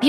美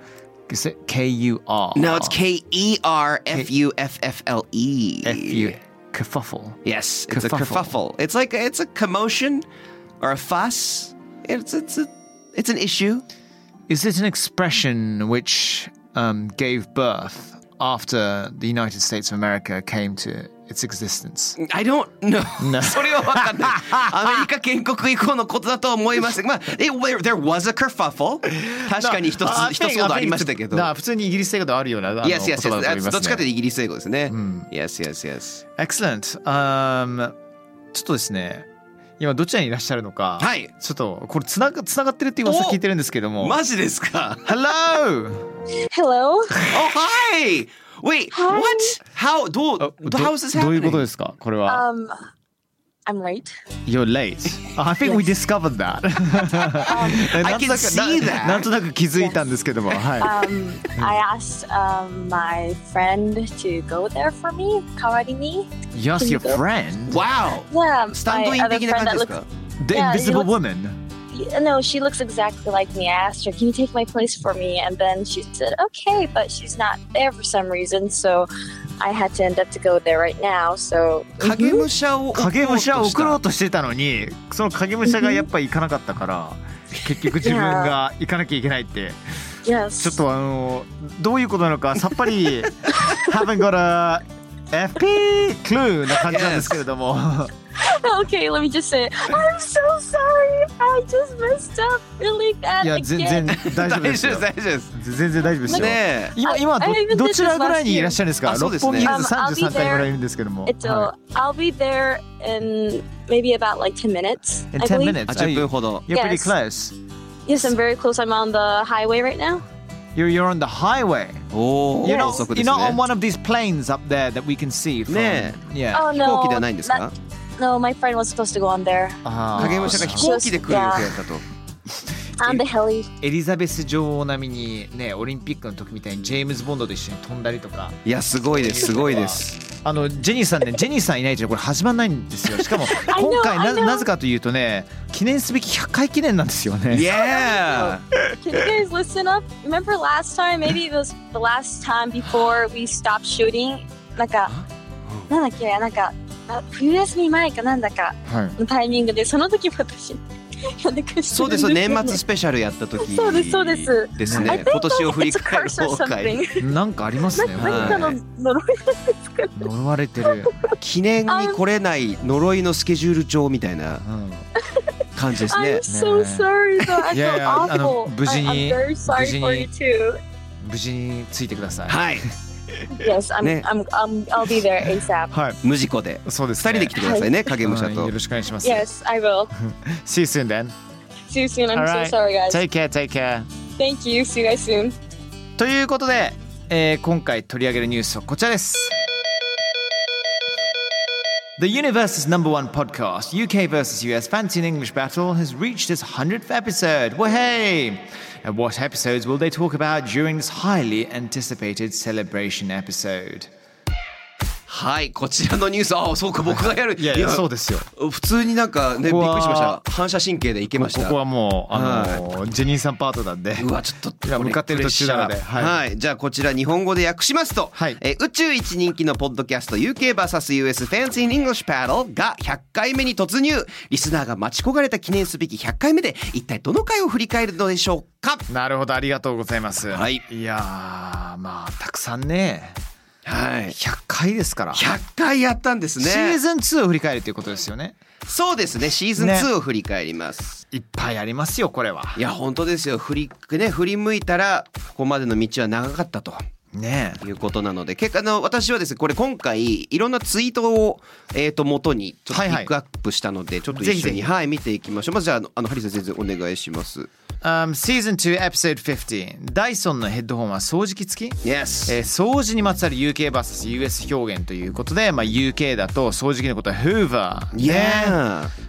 is it K-U-R No, it's K E R F U F F L E. F-U kerfuffle Yes, it's a kerfuffle. Kerfuffle. It's like it's a commotion or a fuss. It's it's a it's an issue. Is it an expression which um, gave birth after the United States of America came to its existence? I don't know. それは分かんない。アメリカ建国以降のことだと思います。まあ、it, there, there was a kerfuffle. 確かに一つ I think- 一つほ I ど think ありましたけど。な普通にイギリス英語であるようなあの Yes, yes, 言葉だと思い yes. ますねどっちかというとイギリス英語ですね。Yes, yes, yes. Excellent. Um, ちょっとですね、今どちらにいらっしゃるのか、はいちょっとこれつながつながってるって噂お聞いてるんですけども。マジです か Hello! Hello. ?Oh, hi! Wait, Hi. what? How? どうあど How is this happening? どういうことですかこれは。 Um, I'm late. You're late. I think we discovered that. Um, なんとなく see な that. なんとなく気づいたんですけども。は Um, I asked um, my friend to go there for me, karate me. い。You're your friend? Wow! Yeah, スタンドイ my ン other 的な friend 感じです that looks. か The Yeah, invisible he looks- woman. No, she looks exactly like me. I asked her, "Can you take my place for me?" And then she said, "Okay," but she's not there for some reason, so I had to end up to go there right now. So 影 Mhm. 武者を影武者を送ろううとしてたのに、その影武者がやっぱ行かなかったから、結局自分が行かなきゃいけないって。mm-hmm, yes, ちょっとあのどういうことなのかさっぱり haven't got a FP clue な感じなんですけれども okay. Let me just say, I'm so sorry. I just messed up really bad いや again. 全然大大丈丈夫夫でですすよ大丈夫です全然大丈夫ですよ、ね今今ど I- I even did どちらぐらいにいらっしゃるんですかあそう六です本ね木ヒルズ Um, I'll be 33階ぐらいいるんですけども、 It's uh, I'll be there in maybe about like 10 minutes. In I 10 believe. minutes えあ10分ほど You're pretty Yes. close Yes, I'm very close. I'm on the highway right now. You're, you're on the highway おお You're not, 高速 you're ですね not on one of these planes up there that we can see from ね Yeah Oh 飛行 no. 機ではないんですか that- no, my friend was supposed to go on there あー影武者が飛行機で来る予定だったと on the heli. エリザベス女王並みにねオリンピックの時みたいにジェームズ・ボンドと一緒に飛んだりとかいやすごいですすごいですあのジェニーさんね、ジェニーさんいないとこれ始まんないんですよ。しかも know, 今回な I know. なぜかというとね、記念すべき100回記念なんですよね。 Yeah Can you guys listen up? Remember last time? Maybe it was the last time before we stopped shooting. Like a なんだっけなんかあ冬休み前かなんだかはい。のタイミングでその時も私なんでか知 そうでらんすけ そうど年末スペシャルやった時そうですそうですですあね今年を振り It's a 返る curse or 公開 something なんかあります ね。はい何かの呪いなんですかね呪われてる。記念に来れない呪いのスケジュール帳みたいなうん。感じですね I'm so sorry but I いやい feel やあの awful 無事 I- に I'm very 無事に sorry for you too 無事についてください。い。はい Yes I'm ね I'm I'm I'll be there ASAP はい。無事故でそうです、二ね。人で来てくださいね影武者うんとよろしくお願いします。 Yes I will See you soon then. See you soon I'm Alright. so sorry guys Take care, take care. Thank you see you guys soon ということで、えー今回取り上げるニュースはこちらです。The Universe's number one podcast, UK vs. US Fancy and English Battle, has reached its 100th episode. Wahey! And what episodes will they talk about during this highly anticipated celebration episode? はいこちらのニュースああそうか僕がやるうですよ。普通になんかねびっここくはりしました反射神経でいけましたここはもう、あのージェニーさんパートなんで。うわちょっといや向かってる途中なのでプレッシャーはいはい、じゃあこちら日本語で訳しますと、はいえー宇宙一人気のポッドキャスト UKVSUS Fancy in English Paddle が100回目に突入リスナーが待ち焦がれた記念すべき100回目で一体どの回を振り返るのでしょうかなるほど、ありがとうございます。はいいやー、まあ、たくさんね、はい100回ですから。 100回やったんですねシーズン2を振り返るということですよね。そうですねシーズンね2を振り返ります、いっぱいありますよ、これは。いや本当ですよ振りね振り向いたらここまでの道は長かったとねということなので結果あの私はですねこれ今回いろんなツイートをえっ、と元にちょっとはピいはいックアップしたので、ちょっと一緒ぜにひぜひはい見ていきましょうまずじゃああのあのハリーさん全然お願いします Um, Season 2 Episode 15ダイソンのヘッドホンは掃除機付き Yes、えー掃除にまつわる UKVSUS 表現ということで、まあ、UK だと掃除機のことは Hoover、 Yeah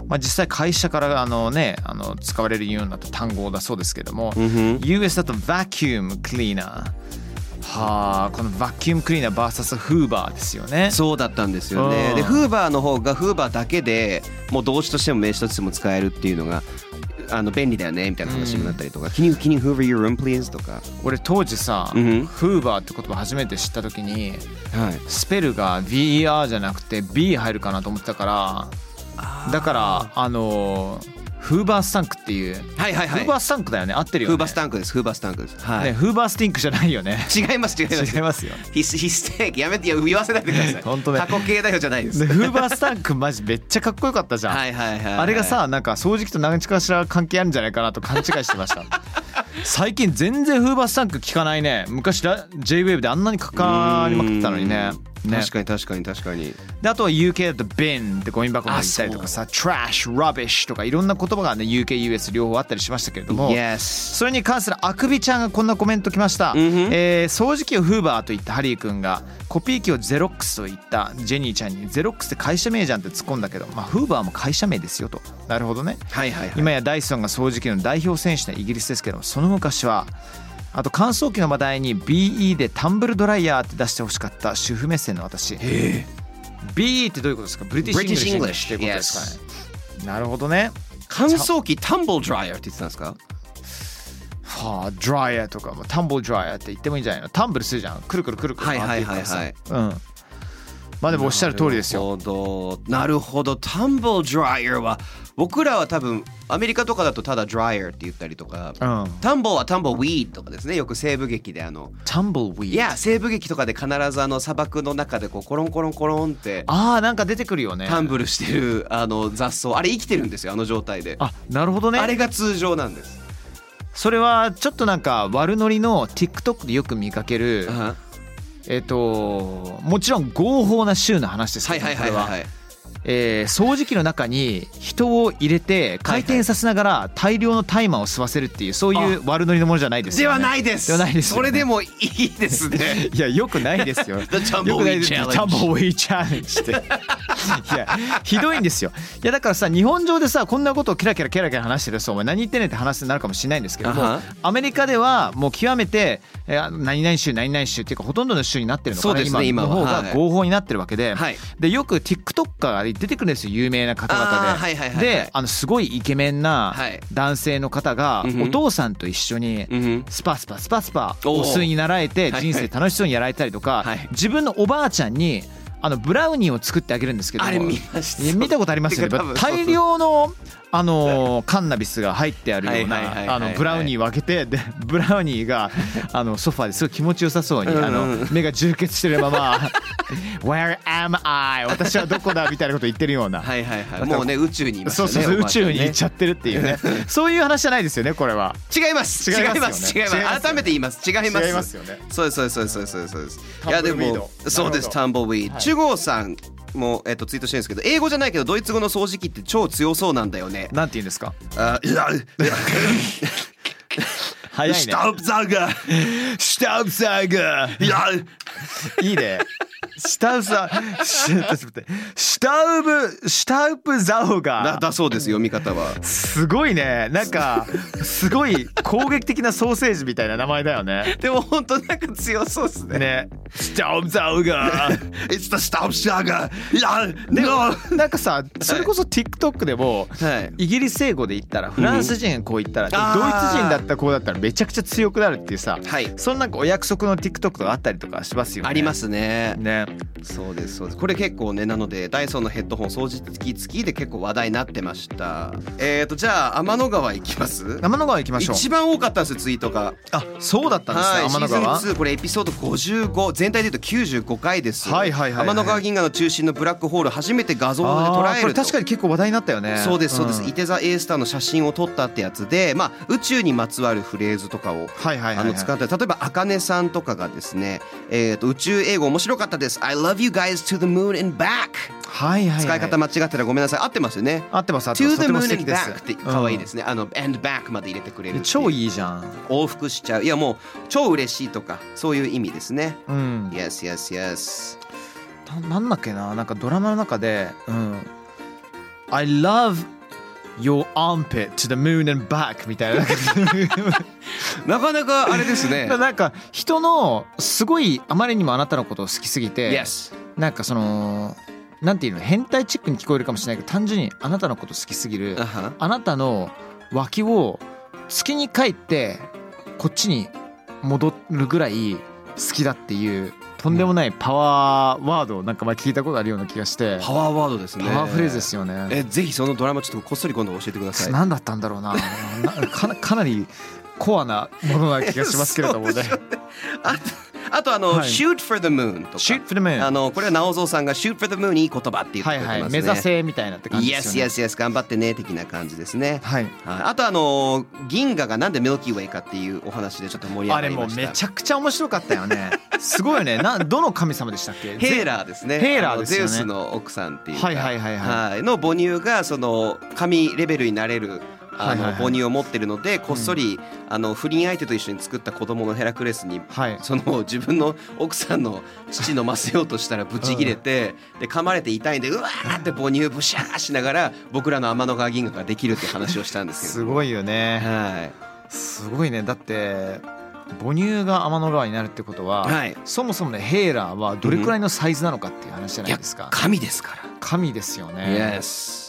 まあ、実際会社からあの、ね、あの使われるようになった単語だそうですけども、US だと Vacuum Cleaner はあこの Vacuum Cleaner vs Hoover ですよねそうだったんですよねうんでフーバーの方がフーバーだけでもう動詞としても名詞としても使えるっていうのがあの便利だよねみたいな話になったりとか「Can you, can you hoover your room please?」とか俺当時さ、うんうん Hoover って言葉初めて知った時にはいスペルが VER じゃなくて B 入るかなと思ってたからだからあのーフーバースタンクっていう、はいはいはいフーバースタンクだよね合ってるよねフーバースタンクですフーバースタンクですはい、ねフーバースティンクじゃないよね違います違います違いますよヒスヒステーキやめていや言わせないでください。 本当ね過去形だよじゃないです。でフーバースタンクマジめっちゃかっこよかったじゃん、 はいはいはいはい。あれがさなんか掃除機と何かしら関係あるんじゃないかなと勘違いしてました最近全然フーバースタンク聞かないね昔ラ JWAVE であんなにかかりまくってたのにねうん。ね確かに確かに確かに。であとは UK だと bin ってゴミ箱が言ったりとかさ trash、rubbish とかいろんな言葉がね UK、US 両方あったりしましたけれども Yes。それに関するあくびちゃんがこんなコメント来ました、んえー掃除機をフーバーと言ったハリー君がコピー機をゼロックスと言ったジェニーちゃんにゼロックスって会社名じゃんって突っ込んだけど、まあ、フーバーも会社名ですよとなるほどねはいはいはい。今やダイソンが掃除機の代表選手のイギリスですけどもその昔はあと乾燥機の話題に BE でタンブルドライヤーって出してほしかった主婦目線の私 BE ってどういうことですかブリティッシュ・イングリッシュっていうことですかねなるほどね乾燥機タンボルドライヤーって言ってたんですか。はあドライヤーとかもタンブルドライヤーって言ってもいいんじゃないのタンブルするじゃんくるくるくるくるはいはいはいはい回ってくからさうんまあでもおっしゃる通りですなるほよど。なるほど。タンボルドライヤーは僕らは多分アメリカとかだとただドライヤーって言ったりとか。うんタンボはタンボウィードとかですね。よく西部劇であの。タンブルウィいや西部劇とかで必ずあの砂漠の中でこうコロンコロンコロンってああなんか出てくるよねタンブルしてるあの雑草あれ生きてるんですよあの状態であなるほどねあれが通常なんです。それはちょっとなんか悪ノリの TikTok でよく見かける、はえっ、ともちろん合法な州の話ですいけどはいはいはいこれは。はいえー掃除機の中に人を入れて回転させながら大量のタイマーを吸わせるっていうそういう悪ノリのものじゃないですでよ、ね、はないです。ではないですよそねれでもいいですね。 いやよくないですよ。 The Tumbleweed よくないです Challenge The Tumbleweed Challenge って。いやひどいんですよ。いやだからさ日本上でさこんなことをキラキラキラキラ話してるとさお前何言ってんねんって話になるかもしれないんですけども、あはアメリカではもう極めてえー何々州何々州っていうかほとんどの州になってるのかそうな、ですね今の方今ははがい合法になってるわけで、はいでよく TikToker が出てくるんですよ有名な方々あで。ーはいはいはいはいであのすごいイケメンなはい男性の方がうんうんお父さんと一緒にうんうんスパスパスパスパおーお酢に習えてはい人生楽しそうにやられたりとか、はい自分のおばあちゃんにあのブラウニーを作ってあげるんですけどもあれ見ましたいや見たことありますよてねか多分大量のあのーカンナビスが入ってあるようはいはいはいなはあいはいのブラウニーを開けてでブラウニ ーがあのソファーですごい気持ちよさそうにあの目が充血してるまま 「Where am I? 私はどこだ?」みたいなこと言ってるような。はいはいはいもうね宇宙にいましたそうねそうそうお宇ばあちゃん宙ねに行っちゃってるってい うねそういう話じゃないですよねこれは違います違違いいまますすよね違います違いますよね改めて言います違います違いますよねそうですそうですそうですそうですそうですタいンブやルでウィードもそうですなタンボウィーはい中郷さんもえっとツイートしてるんですけど英語じゃないけどドイツ語の掃除機って超強そうなんだよねなんて言うんですかあい や早いスねタブザー ガースタウザーがいやい いねスタウザしちょっと待ってスタウブスタウプザオだがだそうです読み方はすごいねなんかすごい攻撃的なソーセージみたいな名前だよねでも本当なんか強そうですねねスタウザオが It's the stab saga いやででももなんかさそれこそ TikTok でもはいイギリス英語で言ったらフランス人がこう言ったら、であードイツ人だったらこうだったらめちゃくちゃ強くなるっていうさ、はいそのなんかお約束の TikTok とかあったりとかしますよね。ありますすねね。そうですそうですこれ結構ねなのでダイソンのヘッドホン掃除機付きで結構話題になってましたえーとじゃあ天の川行きます天の川行きましょう。一番多かったんですよツイートがあそうだったんですね、はい天の川シーズン2これエピソード55全体で言うと95回です、はいはいはいはい天の川銀河の中心のブラックホール初めて画像で捉あえーることれ確かに結構話題になったよね。そうですそうです、んイテザ・エースターの写真を撮ったってやつで、まあ、宇宙にまつわるフレーズとかをはいはいあはのい、はい。使って例えばあかねさんとかがですね、えー、と宇宙英語面白かったです I love you guys to the moon and back はいはいはい、使い方間違ってたらごめんなさい合ってますよね合ってます合ってま to す。 the とても moon 素敵 and です。。back って可愛いですすね、あの and back まで入れてくれるっていう超いいじゃん。往復しちゃういやもう超嬉しいとかそういう意味ですねうん。 Yes yes yes ななんだっけななんかドラマの中で、うん、I love your armpit to the moon and back みた いななかなかあれですね なんか人のすごいあまりにもあなたのことを好きすぎて、 Yes なんかそのなんていうの変態チックに聞こえるかもしれないけど単純にあなたのこと好きすぎるあはあなたの脇を月に帰ってこっちに戻るぐらい好きだっていうとんでもないパワーワードをなんか前聞いたことあるような気がして。パワーワードですねパワーフレーズですよね。えぜひそのドラマちょっとこっそり今度教えてください何だったんだろうな。なかな かなりコアなものな気がしますけれどもね。あとあとあの、はい Shoot for the moon とか Shoot for the moon あのこれは直蔵さんが Shoot for the moon いい言葉って言ってくはれいてますね、はい。目指せみたいなって感じですよ Yes ね。 yes yes 頑張ってね的な感じですねはい。はいあとあの銀河がなんでミルキーウェイかっていうお話でちょっと盛り上あがれりもまうしためちゃくちゃ面白かった よね。すごいよね。などの神様でしたっけ？ヘーラーですね。ヘーラーですよねあのゼウスの奥さんっていうか。はいはいはいはいはいの母乳がその神レベルになれる。あのはいはいはい母乳を持ってるのでこっそり、あの不倫相手と一緒に作った子供のヘラクレスにはい。その自分の奥さんの父飲ませようとしたらブチ切れて、で噛まれて痛いんでうわーって母乳ブシャーしながら僕らの天の川銀河ができるって話をしたんですけすどごいよね。はいすごいね。だって母乳が天の川になるってことは、はいそもそもねヘーラーはどれくらいのサイズなのかっていう話じゃないですか。神ですか神ですよね。ら、Yes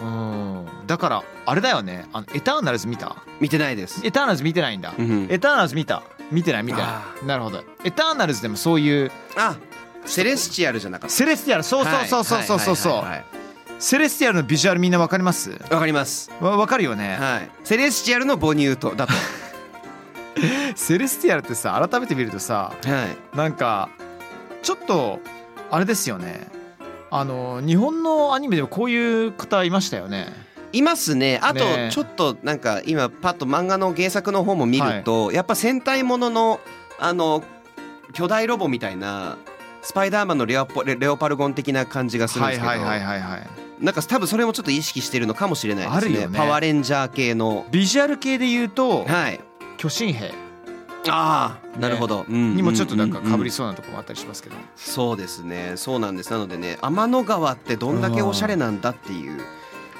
うんだからあれだよねあのエターナルズ見た見てないです、エターナルズ見てないんだ、うんエターナルズ見た見てない見てあないなるほどエターナルズでもそういうあセレスチアルじゃなかったセレスティアルそうそうそうそうそうそうそうはいはいはいはいセレスティアルのビジュアルみんなわかりますわかります。わわかるよね、はい。セレスチアルの母乳と だと。セレスティアルってさ改めて見るとさはい。なんかちょっとあれですよねあの日本のアニメでもこういう方いましたよねいますね。あとねえちょっとなんか今パッと漫画の原作の方も見ると、やっぱ戦隊もののあの巨大ロボみたいな。スパイダーマンのレオポレレオパルゴン的な感じがするんはでいすけど、はいはいはいはいなんか多分それもちょっと意識してるのかもしれないですねあるよねパワーレンジャー系のビジュアル系で言うとはい巨神兵ああなるほど、うんにもちょっとなんかうううかぶりそうなとこもあったりしますけど、そうですねそうなんですなのでね天の川ってどんだけおしゃれなんだっていう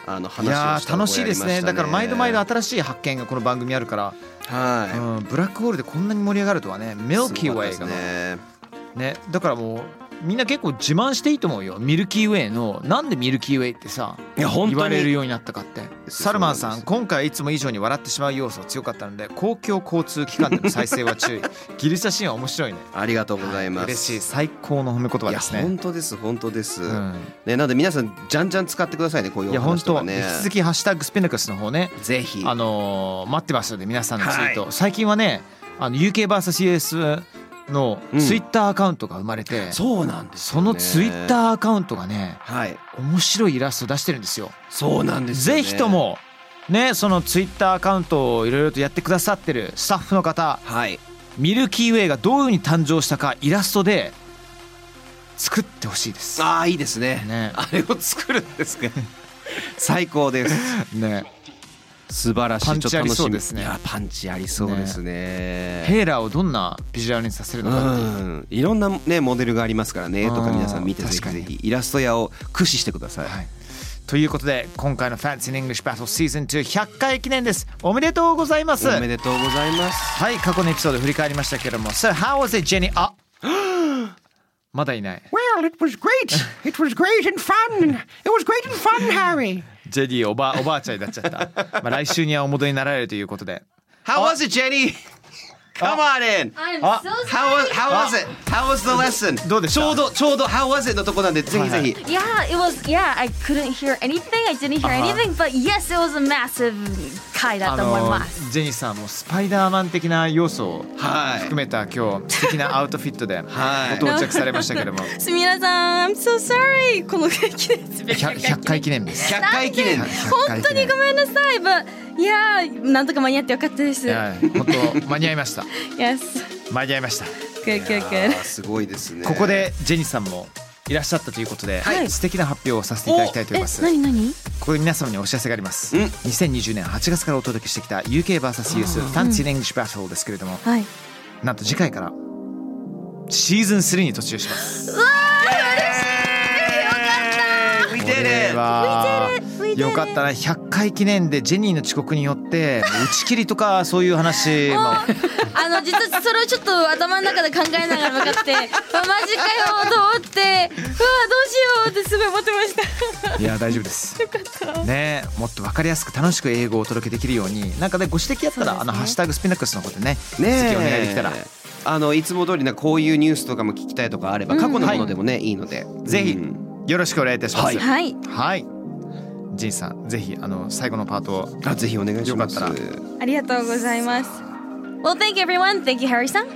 あのいや話をしーた覚楽えしいありまですしたねねだから毎度毎度新しい発見がこの番組あるから、はうん、ブラックホールでこんなに盛り上がるとはねミいルキーウェイがすごかったですねねだからもうみんな結構自慢していいと思うよミルキーウェイのなんでミルキーウェイってさいや本言当われるにようになったかってサルマンそうさなんんです今回いつも以上に笑ってしまう要素が強かったので公共交通機関での再生 は注意ギリシャシーンは面白いねありがとうございます。嬉しい最高の褒め言葉いやですね本当です本当です。うんねなので皆さんじゃんじゃん使ってくださいねこういいうやお本話と当かね。引き続き「ハッシュタグスペネクス」の方ねぜひ。あのー待ってますので皆さんのツイート、最近はねあの UKVSUS のツイッターアカウントが生まれて、そうなんです、ね。そのツイッー。ターアカウントがねはい。面白いイラスト出してるんですよ。そうなんですよねぜひと。もねそのツイッターアカウントをいろいろとやってくださってるスタッフの方はい。ミルキーウェイがどういうふうに誕生したかイラストで作ってほしいです。ああいいですね。ねあれを作るんですか。最高です。 ね素晴らしい。パンチちょっと楽しみありそうですねいやパンチありそうですね。ヘイラーをどんなビジュアルにさせるのかっていううん、いろんなねモデルがありますからねとかうん皆さん見てぜ確かひにぜひイラスト屋を駆使してください、はいということで今回の「Fancy in English Battle Season 2」100回記念ですおめでとうございますおめでとうございますはい過去のエピソード振り返りましたけれども So how was it Jenny? あまだいない Well, it was great. It was great and fun. It was great and fun, Harry. ジェニーおばおばあちゃんになっちゃった、まあ、来週にはお戻りになられるということで How was it Jenny? Come on in あ How was, how was it? How was the lesson? どうでしちたょう どちょうど How was it のとこなんでぜひぜひ、 Yeah, it was. Yeah, I couldn't hear anything. I didn't hear anything. But yes, it was a massive 回だあと思いのます。ジェニーさんもスパイダーマン的な要素をはい含めた今日素敵なアウトフィットでごはい到着されましたけれどもすみなさん、I'm so sorry. この劇です。 100, 回記念です100回記念です本当にごごめんなさい。But yeah, なんとか間に合ってよかったです。はい、本当間に合いました Yes, 間に合いました good, good, あ good. ーすごいですねここでジェニーさんもいらっしゃったということで、はい素敵な発表をさせていただきたいと思います。こ何何？こで皆様にお知らせがあります。うん2020年8月からお届けしてきた UKVSUS ファンシー・ングリッシュ・バトルですけれども、はい。なんと次回からシーズン3に突入します。 We こ did れ it はよかったな100回記念でジェニーの遅刻によって打ち切りとかそういう話も あの実はそれをちょっと頭の中で考えながら向かって、うわマジかよと思って、うわどうしようってすごい思ってました。いや大丈夫です。ねえもっとわかりやすく楽しく英語をお届けできるようになんかねご指摘あったら、あのハッシュタグスピナックスの方でねね続えきお願いできたらあのいつも通りなこういうニュースとかも聞きたいとかあれば過去のものでもね、いいのでぜひうんよろしくお願いいたします。はいはい。はい。ジンさん、ぜひあの最後のパートを。あぜひお願いしますよかったありがとうございます。Well, thank you everyone. Thank you, Harry さん。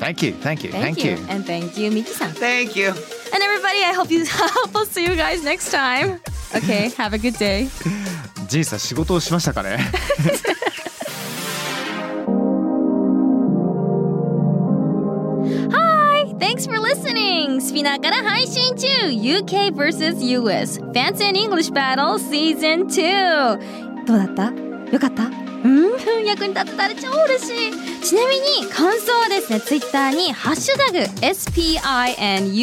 Thank you, thank you, thank you. And thank you, Miki さん。And Thank you everybody, I hope you hope I'll see you guys next time. Okay, have a good day. ジンさん、仕事をしましたかね。 Thanks for listening! スピナーから配信中 !UK vs.US Fancy and English Battle Season 2! どうだったよかったうん役に立てたら超嬉しいちなみに感想はですね、Twitter にハッシュタグ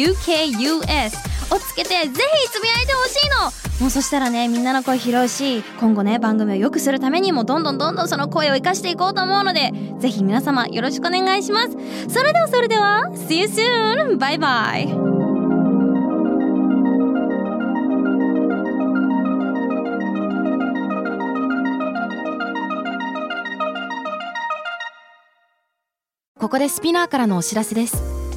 SPINUKUS をつけてぜひつぶやいてほしいのもうそしたらね、みんなの声拾うし、今後ね、番組を良くするためにもどんどんどんどんその声を生かしていこうと思うので、ぜひ皆様よろしくお願いします。それではそれでは See you soon! バイバイここでスピナーからのお知らせです